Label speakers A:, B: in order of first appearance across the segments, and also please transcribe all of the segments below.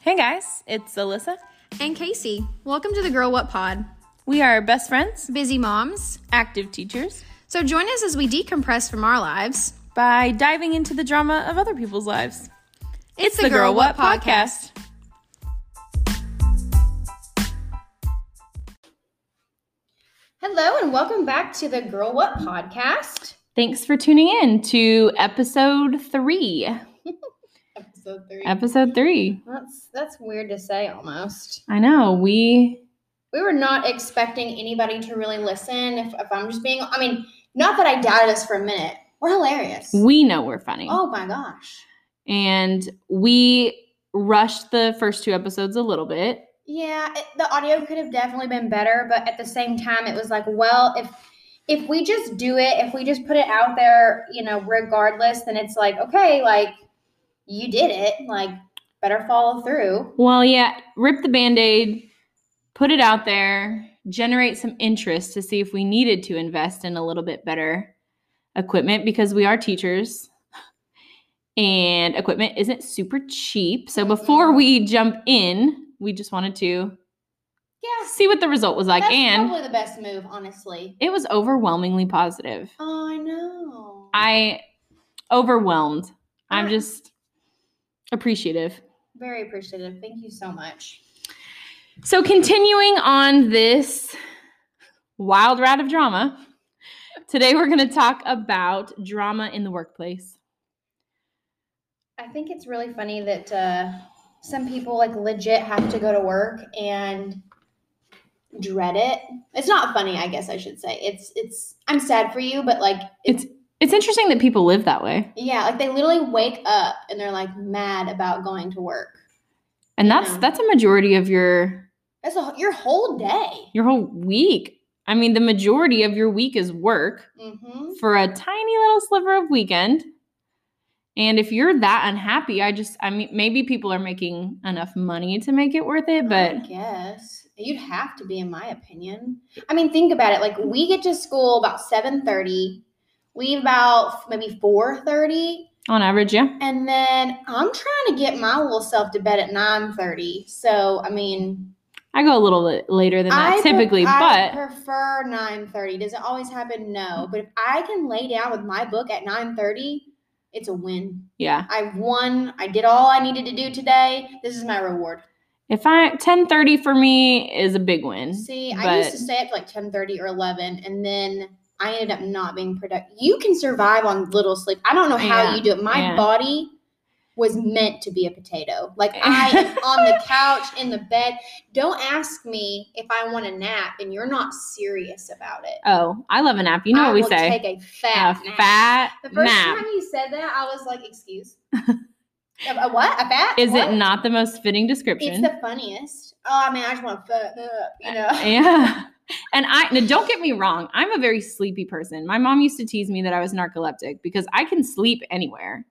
A: Hey guys, it's Alyssa.
B: And Casey, welcome to the Girl What Pod.
A: We are best friends,
B: Busy moms.
A: active teachers,
B: So join us as we decompress from our lives.
A: by diving into the drama of other people's lives.
B: It's,
C: Hello and welcome back to the Girl What podcast,
A: Thanks for tuning in to episode three.
C: episode three.
A: Episode three.
C: That's that's weird to say almost.
A: I know we.
C: We were not expecting anybody to really listen. If, if I'm just being, I mean, not that I doubted us for a minute. We're hilarious.
A: We know we're funny.
C: Oh my gosh.
A: And we rushed the first two episodes a little bit.
C: Yeah, it, the audio could have definitely been better, but at the same time, it was like, well, if if we just do it, if we just put it out there, you know, regardless, then it's like, okay, like you did it, like better follow through.
A: Well, yeah, rip the band aid, put it out there, generate some interest to see if we needed to invest in a little bit better equipment because we are teachers and equipment isn't super cheap. So before we jump in, we just wanted to
C: Yeah,
A: see what the result was like.
C: that's
A: And
C: probably the best move, honestly.
A: it was overwhelmingly positive.
C: Oh, I know.
A: I overwhelmed. I'm
C: Ah.
A: just appreciative.
C: very appreciative. Thank you so much.
A: So, continuing on this wild ride of drama, today we're going to talk about drama in the workplace.
C: I think it's really funny that uh, some people like legit have to go to work and dread it. It's not funny, I guess I should say. It's it's I'm sad for you, but like
A: It's it's interesting that people live that way,
C: yeah, like they literally wake up and they're like mad about going to work.
A: and that's
C: Yeah.
A: that's a majority of your
C: That's a, your whole day.
A: your whole week. I mean, the majority of your week is work
C: Mm-hmm.
A: for a tiny little sliver of weekend. And if you're that unhappy, I just I mean maybe people are making enough money to make it worth it, but
C: I guess you'd have to be, in my opinion. I mean, think about it. Like we get to school about seven thirty. Leave about maybe four thirty.
A: on average, yeah.
C: And then I'm trying to get my little self to bed at 9:30. So I mean,
A: I go a little bit later than that
C: I pre-
A: typically,
C: I
A: but
C: prefer 9:30. Does it always happen? No, but if I can lay down with my book at 9:30, it's a win.
A: yeah.
C: I won. I did all I needed to do today. This is my reward.
A: If I 10:30 for me is a big win.
C: See, I used
A: But-
C: to stay up to like 10:30 or 11, and then I ended up not being productive. You can survive on little sleep. I don't know how
A: Yeah,
C: you do it. My
A: yeah.
C: body was meant to be a potato. Like I am on the couch in the bed. Don't ask me if I want a nap, and you're not serious about it.
A: Oh, I love a nap. You know
C: I
A: what we
C: will
A: say?
C: Take a
A: A
C: fat nap.
A: fat
C: The first
A: nap.
C: time you said that, I was like, "Excuse." A a what? A fat?
A: Is
C: What?
A: it not the most fitting
C: It's
A: description?
C: the funniest. Oh, I mean, I just want to fuck up,
A: Uh,
C: you know.
A: yeah. And I now don't get me wrong, I'm a very sleepy person. My mom used to tease me that I was narcoleptic because I can sleep anywhere.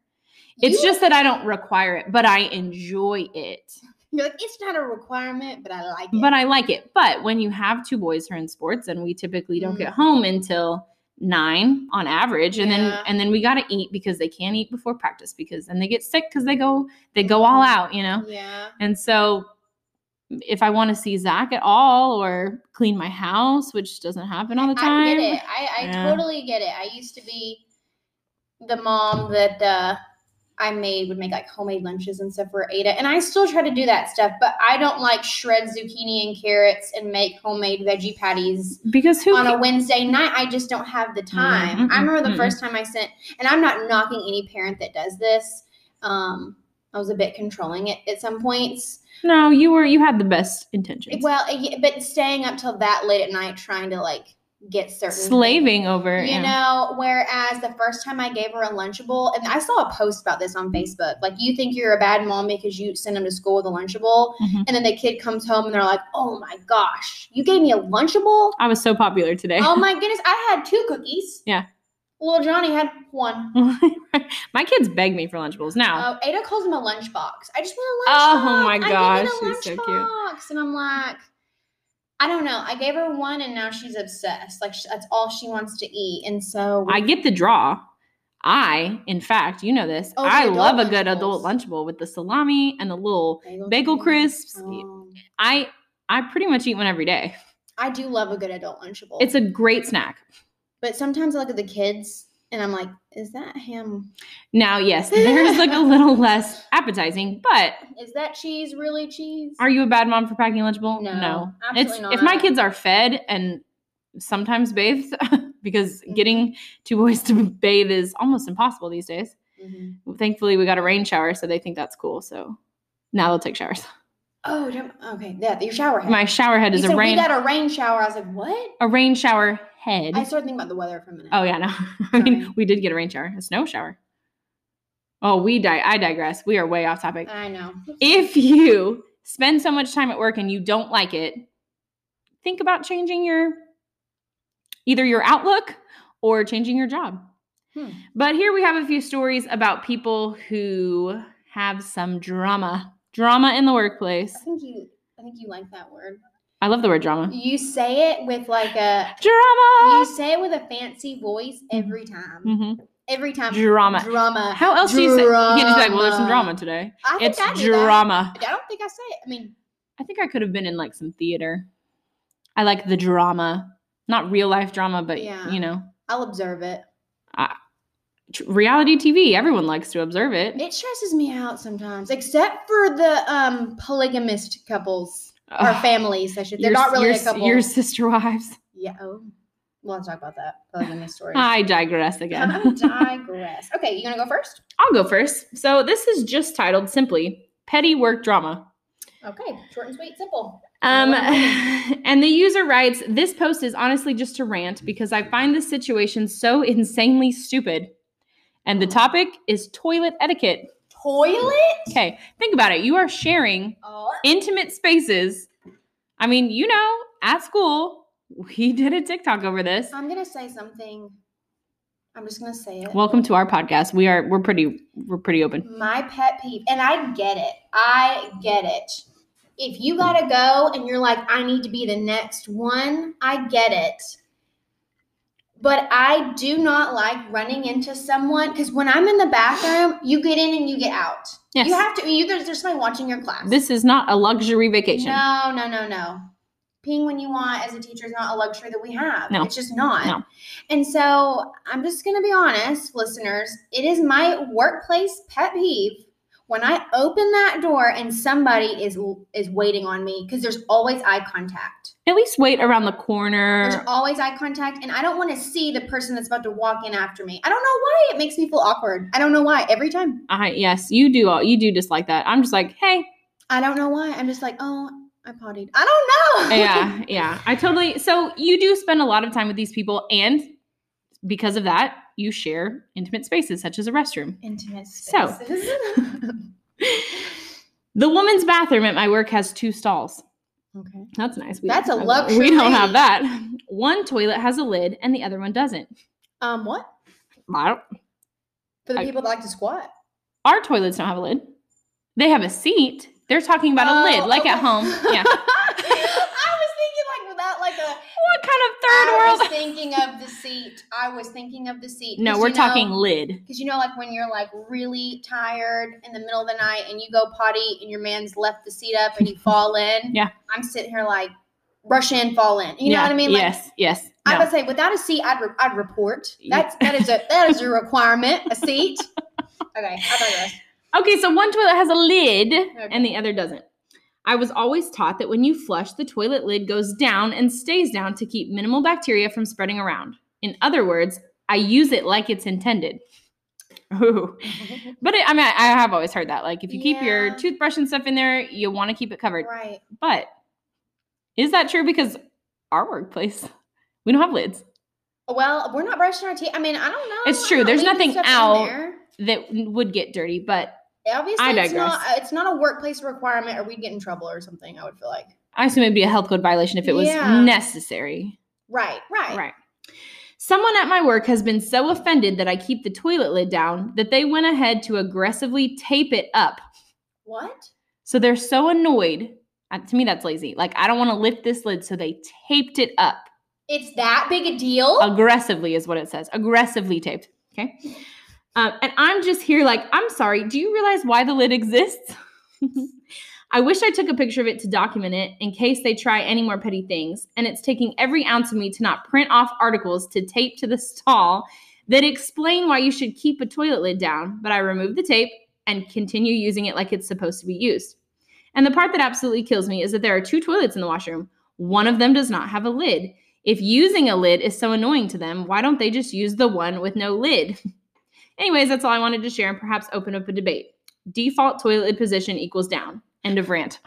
A: It's
C: You-
A: just that I don't require it, but I enjoy it.
C: You're like, it's not a requirement, but I like it.
A: But I like it. But when you have two boys who are in sports and we typically don't
C: Mm.
A: get home until nine on average. And then
C: Yeah.
A: and then we gotta eat because they can't eat before practice because then they get sick because they go they go all
C: Mm.
A: out, you know?
C: yeah.
A: And so if I want to see Zach at all or clean my house, which doesn't happen all the
C: I
A: time.
C: get it. I, I
A: Yeah.
C: totally get it. I used to be the mom that uh, I made would make like homemade lunches and stuff for Ada, and I still try to do that stuff, but I don't like shred zucchini and carrots and make homemade veggie patties
A: Because who
C: on a
A: ca-
C: Wednesday night. I just don't have the time.
A: mm-mm,
C: I remember the
A: mm-mm.
C: first time I sent, and I'm not knocking any parent that does this. Um, I was a bit controlling it at some points.
A: No, you were you had the best intentions.
C: Well, uh, yeah, but staying up till that late at night trying to like get certain
A: Slaving over
C: You
A: yeah.
C: know, whereas the first time I gave her a Lunchable, and I saw a post about this on Facebook. Like, you think you're a bad mom because you send them to school with a Lunchable,
A: Mhm.
C: and then the kid comes home and they're like, "Oh my gosh, you gave me a Lunchable!
A: I was so popular today.
C: Oh my goodness, I had two cookies.
A: Yeah.
C: little Johnny had one.
A: my kids beg me for Lunchables now.
C: Uh, Ada calls him a lunchbox. I just want a lunchbox.
A: Oh my
C: I
A: gosh,
C: needed a
A: she's so cute.
C: lunchbox." And I'm like, I don't know. I gave her one, and now she's obsessed. Like sh- that's all she wants to eat. And so
A: I get the draw. I, in fact, you know this.
C: Oh, the
A: I
C: adult
A: love a good
C: Lunchables.
A: adult lunchable with the salami and the little bagel crisps.
C: Um,
A: I I pretty much eat one every day.
C: I do love a good adult lunchable.
A: It's a great snack.
C: but sometimes I look at the kids and I'm like, is that ham?
A: Now, yes, there's like a little less appetizing, but
C: Is that cheese really cheese?
A: are you a bad mom for packing Lunchable?
C: No, absolutely
A: It's if my
C: not.
A: kids are fed and sometimes bathed because
C: Mm-hmm.
A: getting two boys to bathe is almost impossible these days.
C: Mhm.
A: Thankfully, we got a rain shower, so they think that's cool. So now they'll take showers.
C: Oh, don't, okay. Yeah, your shower head.
A: My shower head
C: You
A: is
C: said
A: a rain
C: we got a rain shower. I was like, what?
A: a rain shower head.
C: I started thinking about the weather for a minute.
A: Oh yeah, no. I mean,
C: Sorry.
A: we did get a rain shower, a snow shower. Oh, we di- I digress. We are way off topic.
C: I know.
A: If you spend so much time at work and you don't like it, think about changing your either your outlook or changing your job.
C: Hmm.
A: But here we have a few stories about people who have some drama. Drama in the workplace.
C: I think you. I think you like that word.
A: I love the word drama.
C: You say it with like a. You
A: Drama.
C: say it with a fancy voice every time.
A: hmm
C: Every time.
A: Drama.
C: Drama.
A: How else do you say? You can't just be like, well, there's some
C: Drama.
A: drama today.
C: I think
A: It's
C: I do that.
A: drama.
C: I don't think I say it. I mean,
A: I think I could have been in like some theater. I like the drama, not real life drama, but
C: Yeah.
A: you know,
C: I'll observe it.
A: tr- reality TV. Everyone likes to observe it.
C: It stresses me out sometimes, except for the um polygamist couples or
A: Ugh,
C: families. I should. They're
A: your-
C: not really
A: your,
C: a couple.
A: Your sister wives.
C: yeah. Oh, we'll have to talk about that polygamy story.
A: I digress
C: I
A: again.
C: digress. Okay, you gonna go first?
A: I'll go first. So this is just titled simply "Petty Work Drama."
C: Okay, short and sweet, simple.
A: Um,
C: Well,
A: and the user writes, This post is honestly just a rant because I find this situation so insanely stupid. And the topic is toilet etiquette.
C: Toilet.
A: Okay, think about it. You are sharing
C: Oh,
A: intimate spaces. I mean, you know, at school, we did a TikTok over this.
C: I'm gonna say something. I'm just gonna say it.
A: Welcome to our podcast. We are we're pretty we're pretty open.
C: my pet peeve, and I get it. I get it. If you gotta go and you're like, I need to be the next one, I get it. But I do not like running into someone because when I'm in the bathroom, you get in and you get out.
A: Yes.
C: You have to. You there's, there's somebody watching your class.
A: this is not a luxury vacation.
C: No, no, no, no. Peeing when you want as a teacher is not a luxury that we have.
A: No.
C: It's just not.
A: No.
C: And so I'm just going to be honest, listeners. It is my workplace pet peeve when I open that door and somebody is is waiting on me because there's always eye contact.
A: At least wait around the
C: There's
A: corner.
C: always eye contact, and I don't want to see the person that's about to walk in after me. I don't know why it makes me feel awkward. I don't know why every time.
A: I yes, you do all you do dislike that. I'm just like, hey,
C: I don't know why. I'm just like, oh, I pottied. I don't know.
A: yeah, yeah. I totally. So you do spend a lot of time with these people, and because of that, you share intimate spaces such as a restroom.
C: Intimate
A: So.
C: spaces.
A: The woman's bathroom at my work has two stalls.
C: okay.
A: That's nice. We
C: That's a
A: don't have that. We don't have
C: luxury.
A: that. One toilet has a lid, and the other one doesn't.
C: Um, what?
A: I don't-
C: For the
A: I-
C: people that like to squat.
A: Our toilets don't have a lid. They have a seat. They're talking about a lid,
C: Oh,
A: like at
C: okay.
A: home. Yeah.
C: I was thinking like without like a.
A: what kind of third
C: I
A: world?
C: was thinking of the seat. I was thinking of the seat.
A: No, we're talking lid.
C: Because you know, like when you're like really tired in the middle of the night and you go potty and your man's left the seat up and you fall in.
A: Yeah.
C: I'm sitting here like rush in, fall in. You know
A: Yeah,
C: what I mean? Like,
A: yes, yes.
C: I
A: no.
C: would say without a seat, I'd re- I'd report.
A: Yeah.
C: That's that is a that is a requirement. A seat. Okay, I digress.
A: Okay, so one toilet has a lid and the other doesn't. I was always taught that when you flush, the toilet lid goes down and stays down to keep minimal bacteria from spreading around. In other words, I use it like it's intended. Ooh. But it, I mean, I, I have always heard that. Like, if you keep your
C: Yeah.
A: toothbrush and stuff in there, you want to keep it covered.
C: Right.
A: But is that true? Because our workplace, we don't have lids.
C: Well, we're not brushing our teeth. I mean, I don't know.
A: It's
C: I'm
A: true.
C: not
A: There's
C: leaving
A: nothing
C: stuff in
A: out.
C: there.
A: That would get dirty, but
C: Obviously,
A: I
C: It's not, it's not a workplace requirement, or we'd get in trouble or something. I would feel like.
A: I assume it'd be a health code violation if it was
C: Yeah.
A: necessary.
C: Right. Right.
A: Right. Someone at my work has been so offended that I keep the toilet lid down that they went ahead to aggressively tape it up.
C: What?
A: So they're so annoyed. Uh, To me, that's lazy. Like, I don't want to lift this lid. So they taped it up.
C: It's that big a deal?
A: Um, Aggressively is what it says. Aggressively taped. Okay. Um, and I'm just here, like, I'm sorry. Do you realize why the lid exists? I wish I took a picture of it to document it in case they try any more petty things. And it's taking every ounce of me to not print off articles to tape to the stall that explain why you should keep a toilet lid down. But I remove the tape and continue using it like it's supposed to be used. And the part that absolutely kills me is that there are two toilets in the washroom. One of them does not have a lid. If using a lid is so annoying to them, why don't they just use the one with no lid? Anyways, that's all I wanted to share and perhaps open up a debate. Default toilet lid position equals down. End of rant.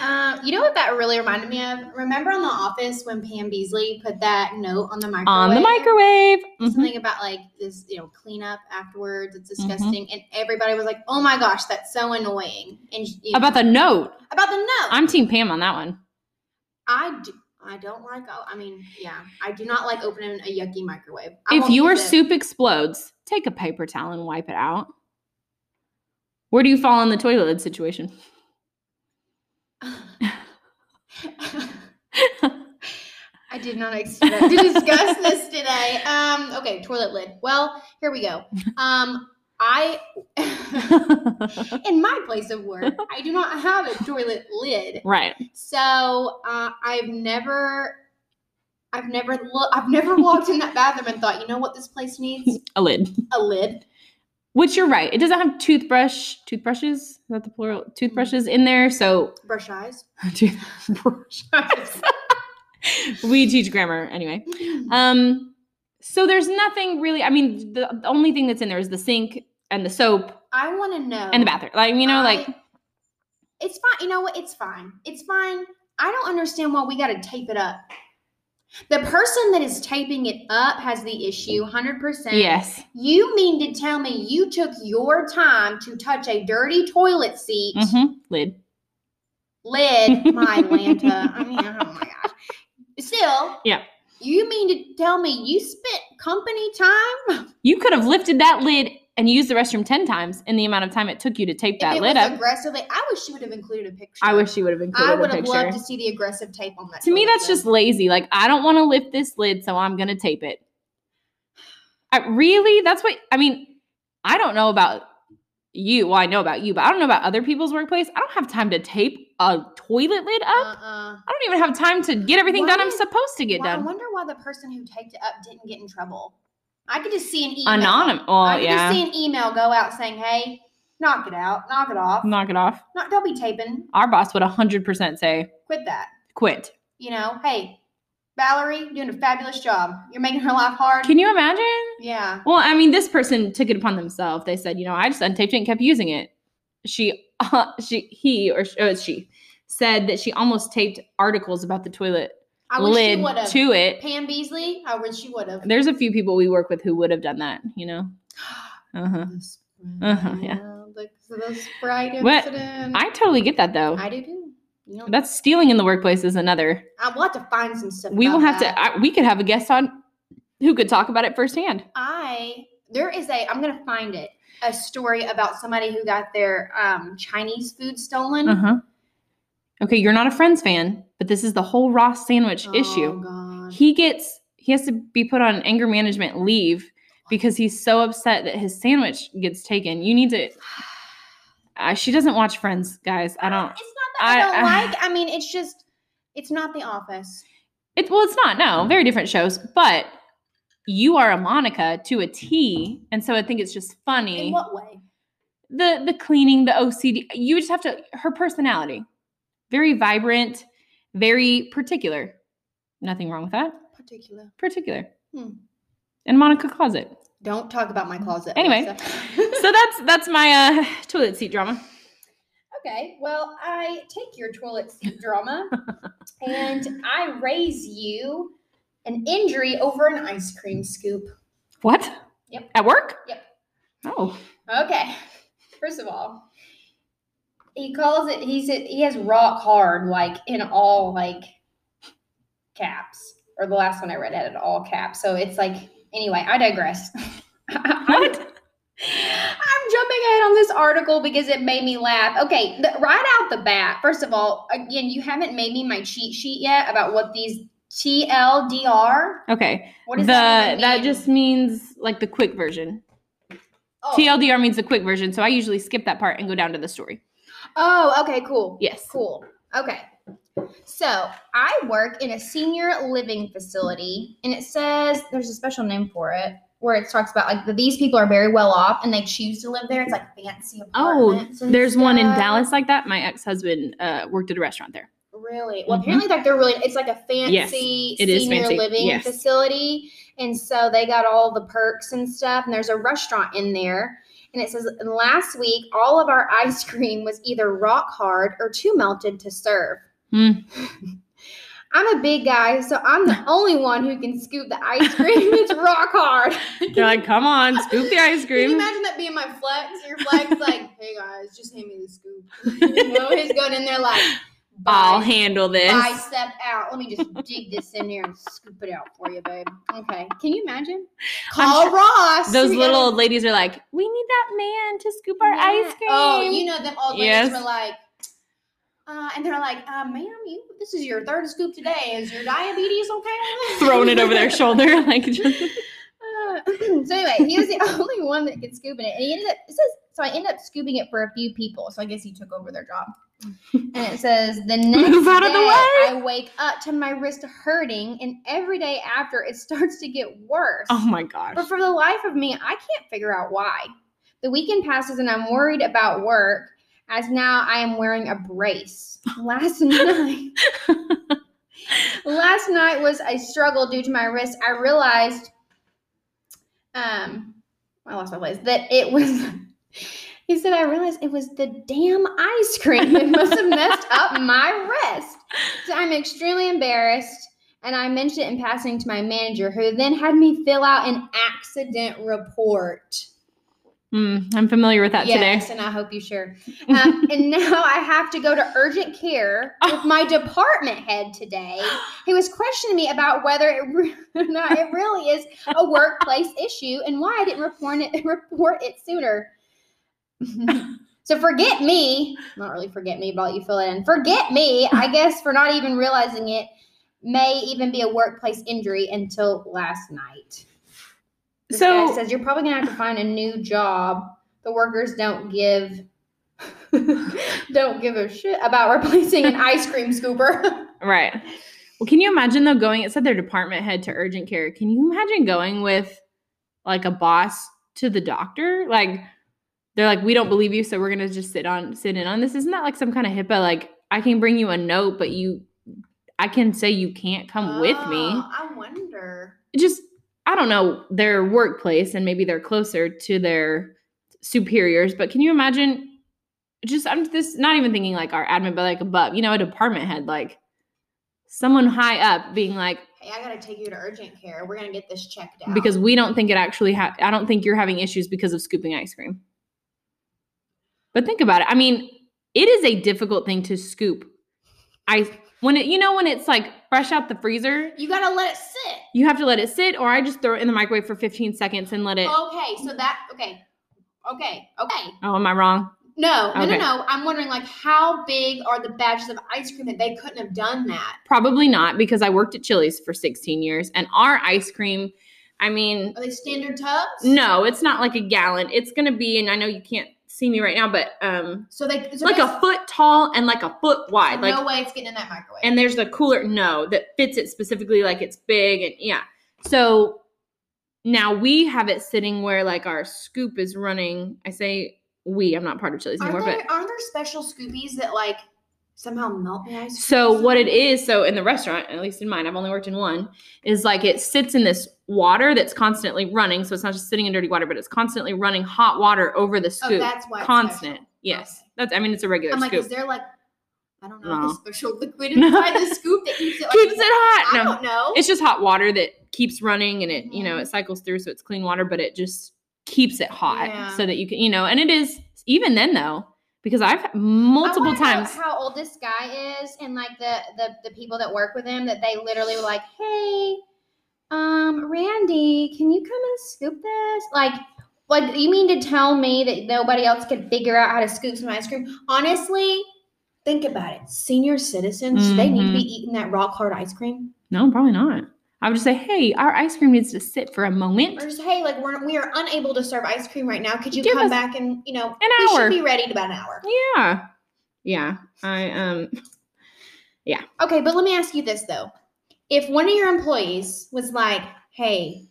C: Um, you know what that really reminded me of? Remember on The Office when Pam Beasley put that note on the microwave?
A: On the microwave. Mhm.
C: Something about like this, you know, cleanup afterwards. It's
A: Mm-hmm.
C: disgusting, and everybody was like, "Oh my gosh, that's so annoying." And you
A: About the note.
C: about the note,
A: I'm Team Pam on that one.
C: I do. I don't like. Oh, I mean, yeah, I do not like opening a yucky microwave. I
A: If
C: won't
A: your
C: use it.
A: soup explodes, take a paper towel and wipe it out. Where do you fall on the toilet lid situation?
C: I did not expect to discuss this today. Um, okay, toilet lid. Well, here we go. Um, I, in my place of work, I do not have a toilet lid,
A: right.
C: so uh, I've never, I've never look, I've never walked in that bathroom and thought, you know what, this place needs
A: A lid.
C: a lid.
A: Which you're right. It doesn't have toothbrush, toothbrushes. Is that the plural? Toothbrushes in there. So
C: Brush eyes.
A: toothbrush. we teach grammar anyway. Um, so there's nothing really. I mean, the, the only thing that's in there is the sink and the soap
C: I want to know.
A: and the bathroom. Like you know,
C: I-
A: like
C: it's fine. You know what? It's fine. It's fine. I don't understand why we got to tape it up. The person that is taping it up has the issue 100%.
A: yes,
C: You mean to tell me you took your time to touch a dirty toilet seat
A: hmm lid.
C: lid? My Atlanta. I mean, oh my gosh. Still.
A: Yeah.
C: You mean to tell me you spent company time?
A: You could have lifted that lid and used the restroom ten times in the amount of time it took you to tape
C: if
A: that
C: it
A: lid
C: was
A: up.
C: aggressively, I wish you would have included a picture.
A: I wish you would have included
C: I would
A: a
C: have
A: picture.
C: loved to see the aggressive tape on that.
A: to me
C: toilet
A: that's
C: lid.
A: just lazy like i don't want to lift this lid so i'm gonna tape it I, really that's what i mean i don't know about you well i know about you but i don't know about other people's workplace i don't have time to tape a toilet lid up
C: uh-uh.
A: i don't even have time to get everything
C: Why
A: done i'm
C: did-
A: supposed to get
C: Why- I
A: done
C: wonder why the person who taped it up didn't get in trouble. I could just see an email.
A: anonymous well
C: I could just
A: yeah
C: see an email go out saying, "Hey, knock it out, knock it off,
A: knock it off
C: not don't be taping,
A: our boss would 100% say
C: quit that."
A: quit
C: You know, hey, Valerie, doing a fabulous job. You're making her life hard.
A: can you imagine
C: yeah,
A: Well, I mean, this person took it upon themselves. They said, you know, I just untaped it and kept using it. She, uh, she, he, or sh- oh, it's she, said that she almost taped articles about the toilet
C: I wish
A: lid
C: she would have.
A: to it.
C: Pam Beasley, I wish she would have.
A: There's a few people we work with who would have done that, you know. Uh huh. Uh-huh, yeah.
C: Like the Sprite
A: What?
C: incident.
A: I totally get that though.
C: I do too. You know,
A: That's stealing in the workplace is another.
C: I will have to find some stuff.
A: We will
C: about
A: have
C: that.
A: to. I, we could have a guest on who could talk about it firsthand.
C: I there is a I'm gonna find it a story about somebody who got their um, Chinese food stolen.
A: Uh huh. Okay, you're not a Friends fan, but this is the whole Ross sandwich
C: Oh,
A: issue.
C: God.
A: he gets he has to be put on anger management leave because he's so upset that his sandwich gets taken. You need to. Uh, she doesn't watch Friends, guys. I don't.
C: It's not that I,
A: I-
C: don't
A: I-
C: like. I mean, it's just it's not The Office.
A: It well, it's not. No, very different shows. But you are a Monica to a T, and so I think it's just
C: In
A: funny.
C: what way?
A: the the cleaning, the OCD. You just have to. Her personality, very vibrant, very particular. Nothing wrong with that.
C: Particular.
A: Particular.
C: Hmm.
A: And Monica closet.
C: Don't talk about my closet.
A: Anyway.
C: Alyssa.
A: so that's that's my uh, toilet seat drama.
C: okay. Well, I take your toilet seat drama, and I raise you an injury over an ice cream scoop.
A: What?
C: Yep.
A: At work?
C: Yep.
A: Oh.
C: Okay. First of all, he calls it. He said he has rock hard, like in all like caps. Or the last one I read had it all caps. So it's like anyway. I digress. I'm,
A: What?
C: I'm jumping ahead on this article because it made me laugh. Okay, the, right out the bat. First of all, again, you haven't made me my cheat sheet yet about what these TLDR?
A: Okay.
C: What does
A: the
C: that even mean?
A: just means like the quick version.
C: oh.
A: TLDR means the quick version, so I usually skip that part and go down to the story.
C: Oh, okay, cool.
A: Yes.
C: Cool. Okay. So I work in a senior living facility, and it says there's a special name for it where it talks about like that these people are very well off and they choose to live there. It's like fancy
A: Oh,
C: apartments. and
A: there's one in
C: stuff.
A: Dallas like that. My ex-husband uh, worked at a restaurant there.
C: Really? Well,
A: Mhm.
C: apparently, like they're really. It's like a
A: Yes,
C: fancy
A: it is
C: senior
A: fancy.
C: living
A: Yes.
C: facility, and so they got all the perks and stuff. And there's a restaurant in there, and it says last week all of our ice cream was either rock hard or too melted to serve.
A: Hmm.
C: I'm a big guy, so I'm the only one who can scoop the ice cream. it's rock hard.
A: They're like, come on, scoop the ice
C: Can you
A: cream.
C: imagine that being my flex? Your flex, like, hey guys, just hand me the scoop. you know, he's going in there like,
A: I'll
C: "Bye."
A: handle this.
C: bicep out. Let me just dig this in there and scoop it out for you, babe. Okay. Can you imagine? Call
A: sure-
C: Ross.
A: Those
C: We
A: little
C: gotta-
A: old ladies are like, we need that man to scoop our ice cream.
C: Oh, you know them old ladies
A: Yes.
C: were like, uh, and they're like, uh, ma'am, you this is your third scoop today. Is your diabetes okay? with that?"
A: throwing it over their shoulder, like just,
C: Uh, so anyway, he was the only one that could scoop in it, and he ended up. It says so. I ended up scooping it for a few people. So I guess he took over their job. And it says the next
A: Move out
C: day
A: of the way.
C: I wake up to my wrist hurting, and every day after it starts to get worse.
A: oh my gosh.
C: But for the life of me, I can't figure out why. The weekend passes and I'm worried about work as now I am wearing a brace. Last night Last night was a struggle due to my wrist. I realized um I lost my place that it was he said I realized it was the damn ice cream. It must have messed up my wrist. So I'm extremely embarrassed and I mentioned it in passing to my manager, who then had me fill out an accident report.
A: Mm, I'm familiar with that
C: yes,
A: today.
C: and I hope you share. Um, and now I have to go to urgent care with my department head today. He was questioning me about whether it re- or not it really is a workplace issue and why I didn't report it report it sooner. so forget me, not really forget me, but you fill it in. Forget me, I guess, for not even realizing it may even be a workplace injury until last night. This
A: So-
C: guy says you're probably gonna have to find a new job. The workers don't give don't give a shit about replacing an ice cream scooper.
A: Right. Well, can you imagine though going? It said their department head to urgent care. Can you imagine going with like a boss to the doctor? Like they're like, we don't believe you, so we're gonna just sit on sit in on this. Isn't that like some kind of HIPAA? Like I can bring you a note, but you, I can say you can't come with me.
C: Oh, I wonder.
A: It just I don't know their workplace and maybe they're closer to their superiors, but can you imagine just I'm this not even thinking like our admin, but like above, you know, a department head, like someone high up being like,
C: Hey, I gotta take you to urgent care. We're gonna get this checked out.
A: because we don't think it actually ha- I don't think you're having issues because of scooping ice cream. But think about it. I mean, it is a difficult thing to scoop ice when it you know when it's like fresh out the freezer,
C: you gotta let it sit.
A: you have to let it sit or I just throw it in the microwave for 15 seconds and let it
C: Okay, so that okay. Okay, okay.
A: Oh, am I wrong?
C: No, no,
A: Okay.
C: no, no. I'm wondering like how big are the batches of ice cream that they couldn't have done that?
A: Probably not because I worked at Chili's for 16 years and our ice cream, I mean,
C: Are they standard tubs?
A: no, it's not like a gallon. It's going to be and I know you can't see me right now, but um
C: So they so
A: like a
C: basi-
A: foot tall and like a foot wide. Like
C: no way it's getting in that microwave.
A: and there's the cooler no that fits it specifically like it's big and yeah. So now we have it sitting where like our scoop is running. I say we, I'm not part of Chili's anymore,
C: aren't
A: but
C: there aren't there special scoopies that like somehow melt the ice cream?
A: So what it is, so in the restaurant, at least in mine, I've only worked in one, is like it sits in this water that's constantly running. So it's not just sitting in dirty water, but it's constantly running hot water over the
C: Oh,
A: scoop.
C: that's why it's
A: Constant.
C: special.
A: Yes.
C: Okay.
A: That's I mean it's a regular
C: I'm like,
A: scoop.
C: is there like I don't know
A: No.
C: a special liquid
A: No.
C: inside the scoop that keeps it like,
A: Keeps it
C: I
A: hot. No.
C: don't know.
A: It's just hot water that keeps running and it, you know,
C: Mhm.
A: it cycles through so it's clean water, but it just keeps it hot
C: Yeah.
A: so that you can, you know, and it is even then though, because I've
C: I
A: multiple
C: wanna know
A: times
C: how old this guy is and like the, the the people that work with him that they literally were like hey um randy can you come and scoop this like like you mean to tell me that nobody else could figure out how to scoop some ice cream
A: Mm-hmm.
C: honestly think about it senior citizens do they need to be eating that rock hard ice cream
A: No, probably not. I would just say, hey, our ice cream needs to sit for a moment.
C: Or just hey, like we're we are unable to serve ice cream right now. Could you
A: Give
C: come
A: us
C: back and you know
A: an
C: we
A: hour."
C: should be ready in about an hour.
A: Yeah. Yeah. I um
C: Okay, but let me ask you this though. If one of your employees was like, hey,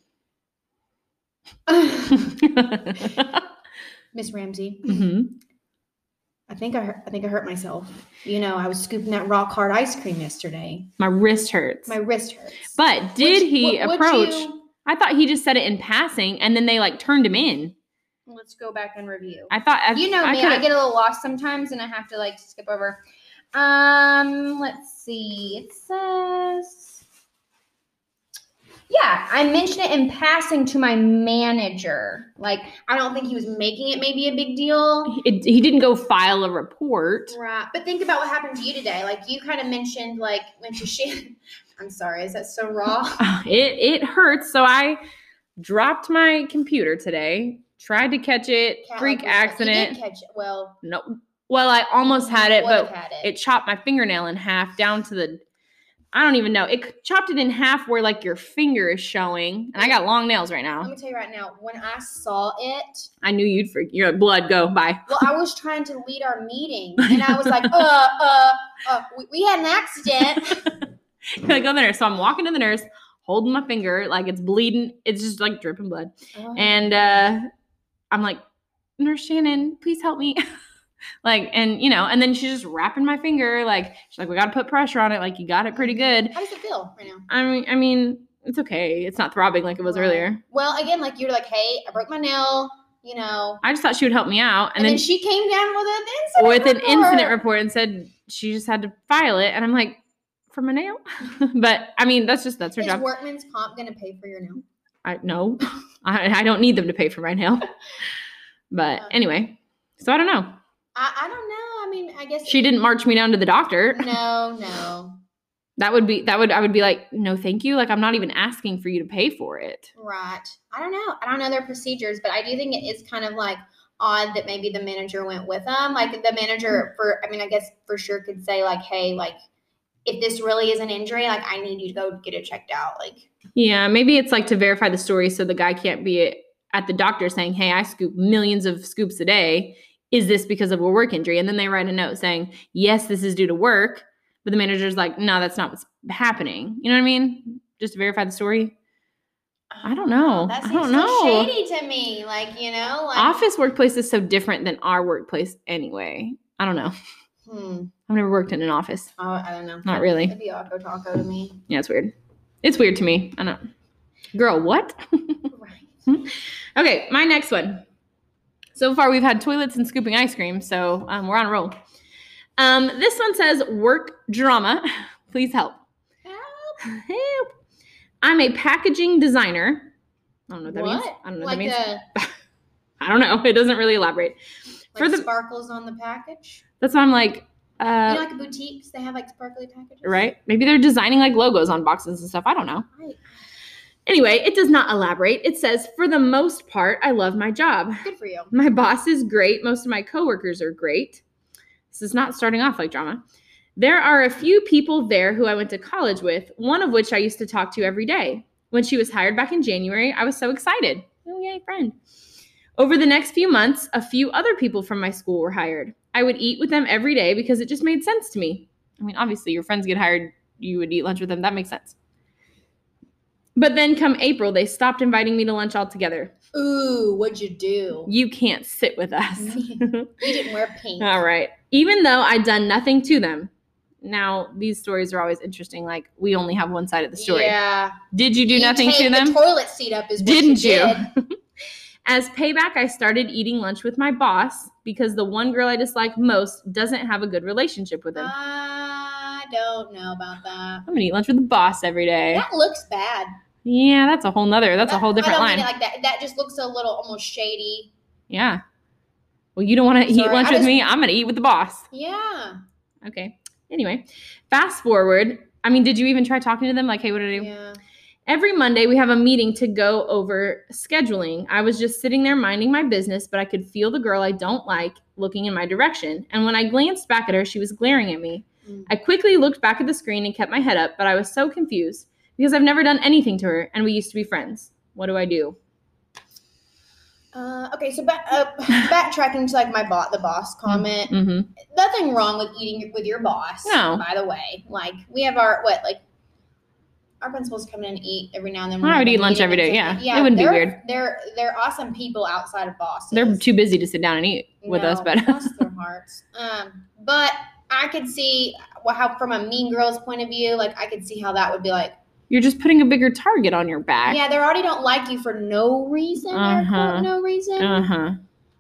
C: Miss Ramsey,
A: Mhm.
C: I think I hurt, I think I hurt myself. You know, I was scooping that rock hard ice cream yesterday.
A: my wrist hurts.
C: My wrist hurts.
A: but
C: Would
A: did
C: you-
A: he
C: would- would
A: approach?
C: you-
A: I thought he just said it in passing and then they like turned him in.
C: let's go back and review.
A: I thought I,
C: you know me, I
A: coulda-
C: get a little lost sometimes and I have to like skip over. Um, let's see. It says Yeah, I mentioned it in passing to my manager. Like, I don't think he was making it maybe a big deal.
A: it, he didn't go file a report.
C: Right. But think about what happened to you today. Like you kind of mentioned like when she, she I'm sorry, is that so raw?
A: It it hurts. So I dropped my computer today. Tried to catch it.
C: Cat,
A: freak
C: like, you
A: accident.
C: did catch it. Well,
A: no. Well, I almost had
C: you
A: it,
C: would've
A: but
C: had
A: it chopped my fingernail in half down to the I don't even know. It c- chopped it in half where like your finger is showing. And I got long nails right
C: Let
A: now.
C: me tell you right now, when I saw it,
A: I knew you'd freak your blood go by.
C: Well, I was trying to lead our meeting, and I was like, "Uh, uh, uh we, we had an accident."
A: like go to the nurse. So I'm walking to the nurse, holding my finger, like it's bleeding. It's just like dripping blood. And uh I'm like, Nurse Shannon, please help me. like, and you know, and then she's just wrapping my finger, like she's like, We gotta put pressure on it, like you got it pretty good.
C: How does it feel right now?
A: I mean I mean, it's okay. It's not throbbing like it was
C: Right.
A: earlier.
C: Well, again, like you're like, "Hey, I broke my nail," you know,
A: I just thought she would help me out.
C: and, then, she came down with an incident.
A: with an incident report
C: report.
A: and said she just had to file it. And I'm like, for my nail? but I mean, that's just that's her
C: Is
A: job.
C: workman's comp going to pay for your nail?
A: I no, I, I don't need them to pay for my nail. But
C: Yeah.
A: anyway, so I don't know.
C: I, I don't know. I mean, I guess
A: She didn't march me down to the doctor.
C: No, no,
A: That would be that would I would be like, no, thank you. Like I'm not even asking for you to pay for it.
C: right. I don't know. I don't know their procedures, but I do think it is kind of like odd that maybe the manager went with them. Like the manager
A: Hmm.
C: for, I mean, I guess for sure could say like, "Hey, like." If this really is an injury, like I need you to go get it checked out. Like
A: Yeah, maybe it's like to verify the story so the guy can't be at the doctor saying, Hey, I scoop millions of scoops a day. Is this because of a work injury? And then they write a note saying, Yes, this is due to work. But the manager's like, No, that's not what's happening. You know what I mean? Just to verify the story. I don't know.
C: Oh, That
A: Oh, I
C: seems
A: don't
C: so
A: know.
C: shady to me. Like you know, like
A: Office workplace is so different than our workplace anyway. I don't know.
C: Hmm.
A: I've never worked in an office.
C: Oh, I don't know.
A: Not really.
C: It'd be Oco Taco to me.
A: Yeah, it's weird. It's weird to me. I don't. Girl, what?
C: right.
A: Okay, my next one. So far, we've had toilets and scooping ice cream, so um, we're on a roll. Um, this one says work drama. Please help.
C: Help.
A: Help. I'm a packaging designer. I don't know what that means.
C: What?
A: I don't know what
C: Like
A: that means.
C: the
A: I don't know. It doesn't really elaborate.
C: like
A: For the-
C: sparkles on the package.
A: That's why I'm like,
C: you
A: uh,
C: know, like boutiques, they have like sparkly packages.
A: right? Maybe they're designing like logos on boxes and stuff. I don't know.
C: Right.
A: Anyway, it does not elaborate. It says, for the most part, I love my job.
C: Good for you.
A: My boss is great. Most of my coworkers are great. This is not starting off like drama. There are a few people there who I went to college with, one of which I used to talk to every day. When she was hired back in January, I was so excited. Oh, yay, friend. Over the next few months, a few other people from my school were hired. I would eat with them every day because it just made sense to me. I mean, obviously, your friends get hired, you would eat lunch with them. That makes sense. But then come April, they stopped inviting me to lunch altogether.
C: Ooh, what'd you do?
A: You can't sit with us.
C: you didn't wear pink.
A: All right. Even though I'd done nothing to them. Now, these stories are always interesting. Like, we only have one side of the story.
C: Yeah.
A: Did you do
C: You
A: nothing to
C: taped
A: them?
C: The toilet seat up is what
A: Didn't you?
C: did.
A: As payback, I started eating lunch with my boss because the one girl I dislike most doesn't have a good relationship with him.
C: Uh. I don't know about that.
A: I'm going to eat lunch with the boss every day. Yeah,
C: That looks bad.
A: that's a whole nother. That's a
C: That-
A: whole different
C: I don't
A: line.
C: Mean it like that. That just looks a little almost shady.
A: yeah. Well, you don't want to eat
C: Sorry,
A: lunch
C: I
A: with
C: just-
A: me. I'm going to eat with the boss.
C: Yeah.
A: Okay. Anyway, fast forward. I mean, did you even try talking to them? Like, hey, what did I do?
C: Yeah.
A: Every Monday, we have a meeting to go over scheduling. I was just sitting there minding my business, but I could feel the girl I don't like looking in my direction. And when I glanced back at her, she was glaring at me. I quickly looked back at the screen and kept my head up, but I was so confused because I've never done anything to her and we used to be friends. What do I do?
C: Uh, okay, so back, uh, backtracking to like my bot, the boss comment.
A: hmm
C: Nothing wrong with eating with your boss.
A: No.
C: by the way, like we have our what like our principals come in and eat every now and then.
A: I would
C: We're
A: eat lunch
C: meeting
A: every day,
C: and
A: yeah.
C: stuff.
A: It wouldn't be
C: they're-
A: weird.
C: They're they're awesome people outside of bosses.
A: They're too busy to sit down and eat with us,
C: No,
A: but
C: bless their hearts. Um, but I could see wh- how from a Mean Girls point of view, like I could see how that would be like.
A: you're just putting a bigger target on your back.
C: Yeah, they already don't like you for no reason. air quote,
A: Uh-huh.
C: no reason.
A: Uh huh.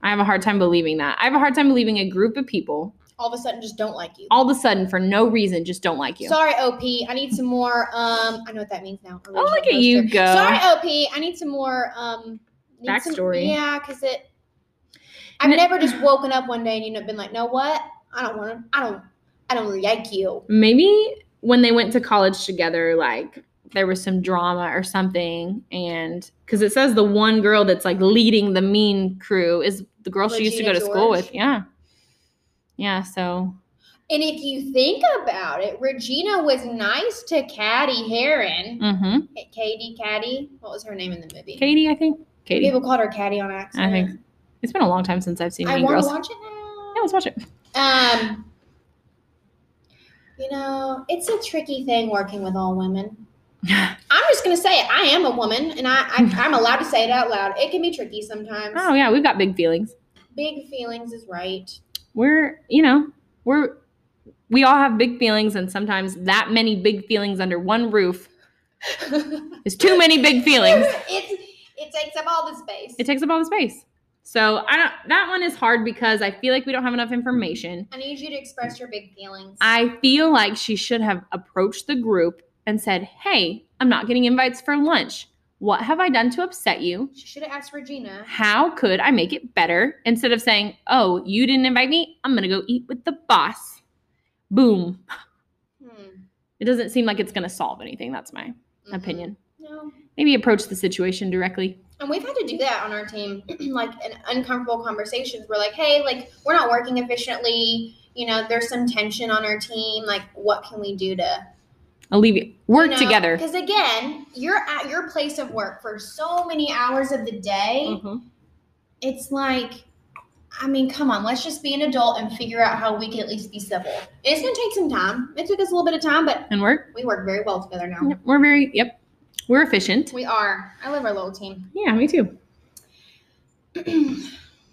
A: I have a hard time believing that. I have a hard time believing a group of people
C: All of a sudden, just don't like you.
A: all of a sudden for no reason just don't like you.
C: Sorry, OP. I need some more. Um, I know what that means now.
A: oh, look at you go.
C: Sorry, OP. I need some more. Um, need some-
A: Backstory.
C: yeah, because it. I've
A: N-
C: never just woken up one day and you know been like, no, what? I don't want to. I don't. I don't like you.
A: Maybe when they went to college together, like there was some drama or something. And because it says the one girl that's like leading the mean crew is the girl she used to go to
C: Regina
A: school
C: George.
A: with. Yeah. Yeah. So
C: And if you think about it, Regina was nice to Caddy Heron.
A: hmm
C: Katie, Caddy. What was her name in the movie?
A: Katie, I think. Katie.
C: People called her Caddy on accident.
A: I think it's been a long time since I've seen
C: I
A: Mean
C: want
A: Girls.
C: to
A: Yeah,
C: watch it now.
A: let's watch it.
C: Um, you know, it's a tricky thing working with all women. I'm just gonna say it. I am a woman, and I, I I'm allowed to say it out loud. It can be tricky sometimes.
A: Oh, yeah. We've got big feelings.
C: Big feelings is right.
A: we're you know we're we all have big feelings and sometimes that many big feelings under one roof is too many big feelings
C: it's it takes up all the space.
A: it takes up all the space so i don't that one is hard because i feel like we don't have enough information
C: I need you to express your big feelings.
A: i feel like she should have approached the group and said hey i'm not getting invites for lunch what have i done to upset you
C: she should have asked Regina.
A: how could i make it better instead of saying oh you didn't invite me i'm gonna go eat with the boss boom
C: Hmm.
A: it doesn't seem like it's going to solve anything. That's my
C: Mhm.
A: opinion.
C: No.
A: Maybe approach the situation directly.
C: And we've had to do that on our team, like in uncomfortable conversations. We're like, hey, like we're not working efficiently. You know, there's some tension on our team. Like, what can we do to
A: Alleviate. Work together.
C: Because again, you're at your place of work for so many hours of the day.
A: Mm. Mm-hmm.
C: It's like, I mean, come on, let's just be an adult and figure out how we can at least be civil. And it's gonna take some time. It took us a little bit of time, but
A: And work.
C: we work very well together now.
A: Yep, We're very, yep. We're efficient.
C: We are. I love our little team.
A: Yeah, me too.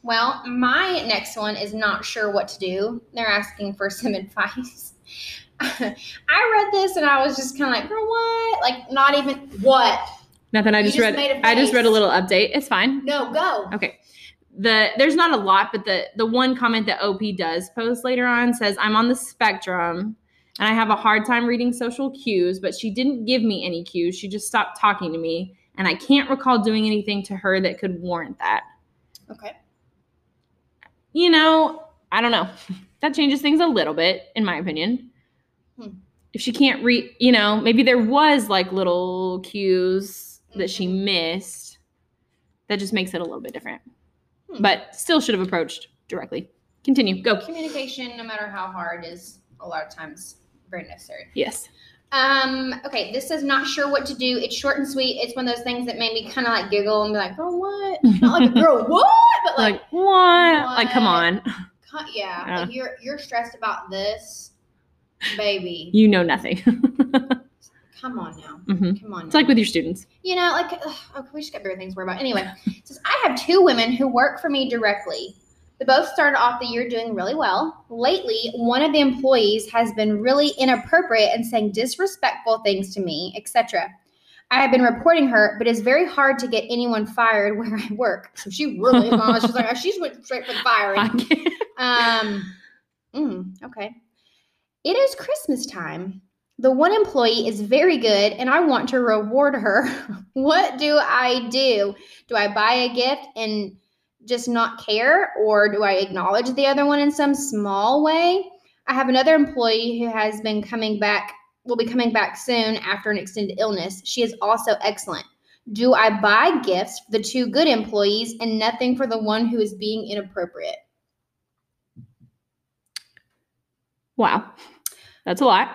C: well, my next one is not sure what to do. They're asking for some advice. I read this and I was just kind of like, girl, what? Like, not even what?
A: Nothing. I
C: You
A: just,
C: just
A: read.
C: made a
A: I just read a
C: face.
A: little update. It's fine.
C: No, go.
A: Okay. The there's not a lot, but the the one comment that OP does post later on says, "I'm on the spectrum." And I have a hard time reading social cues, but she didn't give me any cues. She just stopped talking to me. And I can't recall doing anything to her that could warrant that.
C: Okay.
A: you know, I don't know. That changes things a little bit, in my opinion.
C: Hmm.
A: If she can't read, you know, maybe there was like little cues that she
C: Mm-hmm.
A: missed. That just makes it a little bit different.
C: Hmm.
A: But still should have approached directly. Continue. Go.
C: communication, no matter how hard, is a lot of times very necessary.
A: Yes.
C: Um, okay, this is not sure what to do. It's short and sweet. It's one of those things that made me kind of like giggle and be like, girl, what? Not like, girl, what? But like,
A: Like, what? Like, come on.
C: cu- yeah,
A: Yeah.
C: Like you're you're stressed about this, baby.
A: You know nothing.
C: Come on now.
A: hmm
C: Come on.
A: It's
C: now.
A: like with your students.
C: you know, like ugh, okay, we just got bigger things to worry about. Anyway, it says I have two women who work for me directly. They both started off the year doing really well. Lately, one of the employees has been really inappropriate and saying disrespectful things to me, etc. I have been reporting her, but it's very hard to get anyone fired where I work. So she really, she's like, oh, she's went straight for the
A: I
C: firing.
A: can't-
C: Um, mm, okay. It is Christmas time. The one employee is very good and I want to reward her. what do I do? Do I buy a gift and just not care or do I acknowledge the other one in some small way? I have another employee who has been coming back will be coming back soon after an extended illness. She is also excellent. Do I buy gifts for the two good employees and nothing for the one who is being inappropriate?
A: wow. That's a lot.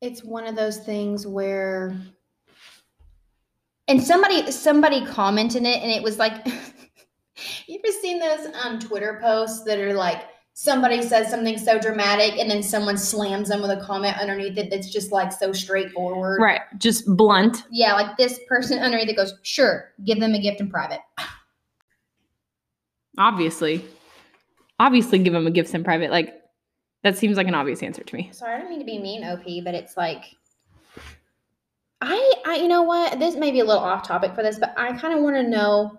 C: it's one of those things where and somebody somebody commented it and it was like you ever seen those um twitter posts that are like somebody says something so dramatic and then someone slams them with a comment underneath it that's just like so straightforward
A: Right. Just blunt.
C: yeah like this person underneath it goes sure give them a gift in private
A: Obviously. Obviously give him a gifts in private. Like that seems like an obvious answer to me.
C: sorry i don't mean to be mean op but it's like i i you know what this may be a little off topic for this but i kind of want to know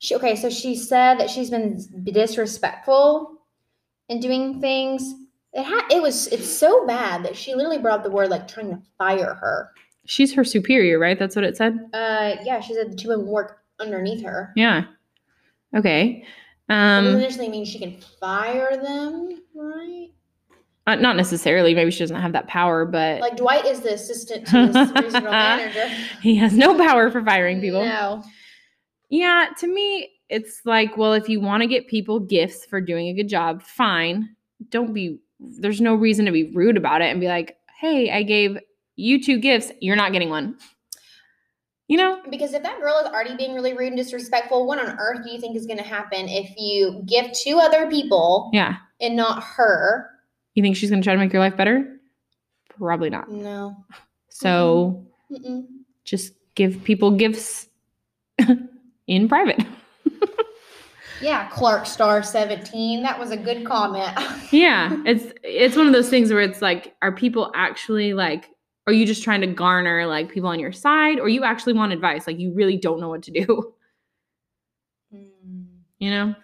C: she okay so she said that she's been disrespectful in doing things it ha- it was it's so bad that she literally brought up the word like trying to fire her
A: She's her superior, right? That's what it said.
C: uh yeah she said the two women work underneath her
A: Yeah. Okay. Um
C: um, initially means she can fire them right
A: uh, not necessarily. Maybe she doesn't have that power, but
C: like dwight is the assistant to this regional manager
A: he has no power for firing people.
C: no
A: Yeah, to me, it's like, well, if you want to get people gifts for doing a good job, fine. Don't be, there's no reason to be rude about it and be like, hey, I gave you two gifts. You're not getting one. You know?
C: Because if that girl is already being really rude and disrespectful, what on earth do you think is going to happen if you give two other people
A: Yeah.
C: and not her?
A: You think she's going to try to make your life better? Probably not.
C: No.
A: So
C: Mm-mm.
A: just give people gifts in private.
C: Yeah, Clark Star 17. That was a good comment.
A: yeah it's it's one of those things where it's like are people actually like are you just trying to garner like people on your side or you actually want advice like you really don't know what to do
C: Mm.
A: you know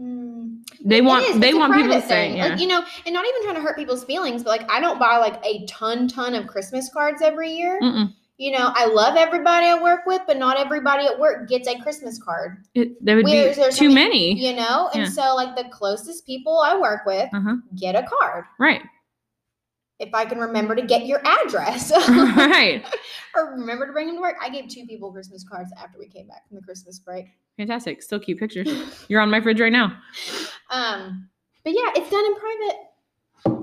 C: Mm.
A: they
C: It
A: want
C: is.
A: they
C: It's a
A: want people
C: private
A: to say
C: thing.
A: yeah.
C: Like, you know, and not even trying to hurt people's feelings, but like I don't buy like a ton ton of Christmas cards every year.
A: Mm-mm.
C: You know, I love everybody I work with, but not everybody at work gets a Christmas card.
A: It- there would
C: Where
A: be
C: is there
A: too
C: something-
A: many
C: you know and
A: Yeah.
C: so like the closest people i work with
A: Uh-huh.
C: get a card
A: right
C: if i can remember to get your address
A: right
C: or remember to bring them to work i gave two people christmas cards after we came back from the christmas break
A: fantastic still cute pictures you're on my fridge right now
C: um but yeah it's done in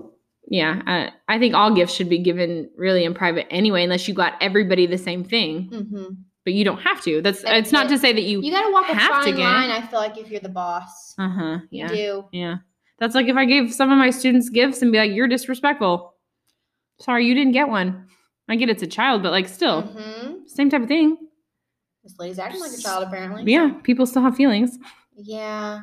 C: private
A: yeah I, I think all gifts should be given really in private anyway unless you got everybody the same thing
C: mm-hmm.
A: but you don't have to that's
C: That's
A: it's not
C: it.
A: to say that you,
C: you gotta walk a
A: Have to
C: fine
A: get-
C: line i feel like if you're the boss
A: uh-huh yeah
C: you do
A: Yeah. That's like if I gave some of my students gifts and be like, you're disrespectful. Sorry, you didn't get one. I get it's a child, but like still,
C: hmm
A: same type of thing.
C: this lady's acting like a child apparently
A: Yeah, people still have feelings.
C: yeah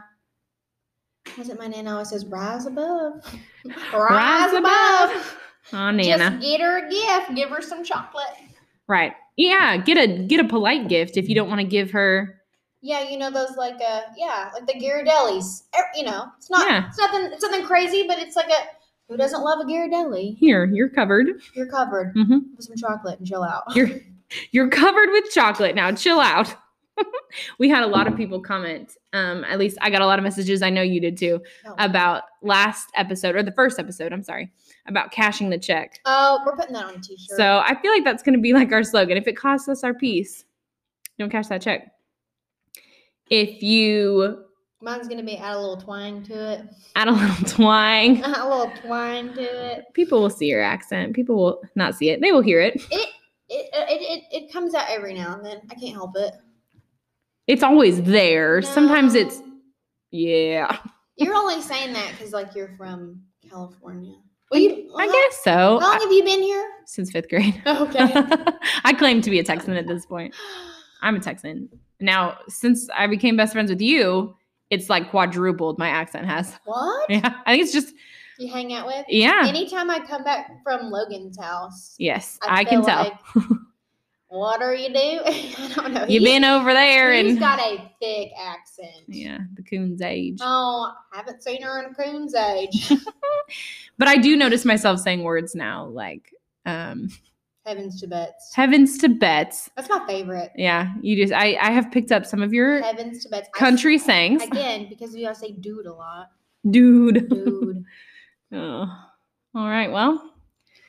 C: was it my nana always says rise above rise,
A: above.
C: above.
A: Oh, Nana.
C: just get her a gift give her some chocolate
A: right. Yeah, get a get a polite gift if you don't want to give her
C: Yeah, you know those like uh yeah, like the Ghirardellis. Er, You know, it's not
A: Yeah.
C: it's nothing it's nothing crazy, but it's like a who doesn't love a Ghirardelli?
A: here, you're covered.
C: You're covered
A: hmm
C: with some chocolate and chill out.
A: You're you're covered with chocolate now. Chill out. we had a lot of people comment. Um, at least I got a lot of messages. I know you did too
C: Oh.
A: about last episode or the first episode. I'm sorry about cashing the check.
C: oh, we're putting that on a t-shirt.
A: So I feel like that's going to be like our slogan. If it costs us our piece, don't cash that check. If you
C: Mine's gonna be add a little twang to it.
A: add a little twang,
C: Add a little twang to it.
A: people will see your accent. People will not see it. They will hear it.
C: It it, it, it comes out every now and then. I can't help it.
A: It's always there. Sometimes
C: No.
A: it's, yeah,
C: You're only saying that because like you're from California. Well, you,
A: I guess so.
C: How long
A: I-
C: have you been here?
A: since fifth grade.
C: Okay.
A: I claim to be a Texan at this point. I'm a Texan. Now, since I became best friends with you, it's like quadrupled my accent has.
C: what?
A: Yeah. I think it's just,
C: You hang out with?
A: yeah.
C: Anytime I come back from Logan's house,
A: Yes, I, can
C: feel
A: tell.
C: like, what are you doing? I don't know.
A: You've been over there
C: He's
A: and
C: got a thick accent.
A: yeah, the coon's age.
C: Oh, haven't seen her in a coon's age.
A: But I do notice myself saying words now like um
C: Heavens to bets.
A: heavens to bets.
C: That's my favorite.
A: Yeah, you just I I have picked up some of your
C: Heavens to bets. I-
A: country sayings.
C: again, because we all say dude a lot.
A: Dude.
C: Dude.
A: Oh. All right. Well,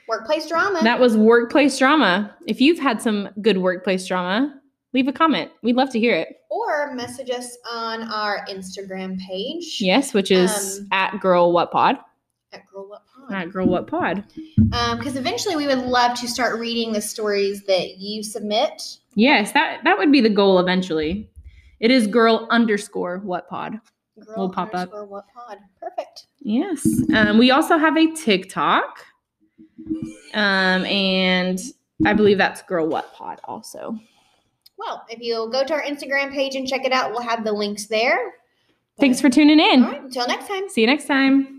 C: Workplace drama.
A: that was workplace drama. If you've had some good workplace drama, leave a comment. We'd love to hear it.
C: or message us on our Instagram page
A: Yes, which is
C: Um,
A: at Girl What Pod.
C: at Girl What Pod.
A: At Girl What Pod.
C: because eventually we would love to start reading the stories that you submit.
A: Yes, that that would be the goal eventually. It is girl underscore what pod.
C: Girl
A: We'll pop up.
C: underscore What pod? Perfect.
A: Yes. Um, we also have a TikTok. Um, and I believe that's girl what pod also.
C: Well, if you'll go to our Instagram page and check it out, we'll have the links there.
A: Thanks for tuning in.
C: All right. Until next time.
A: See you next time.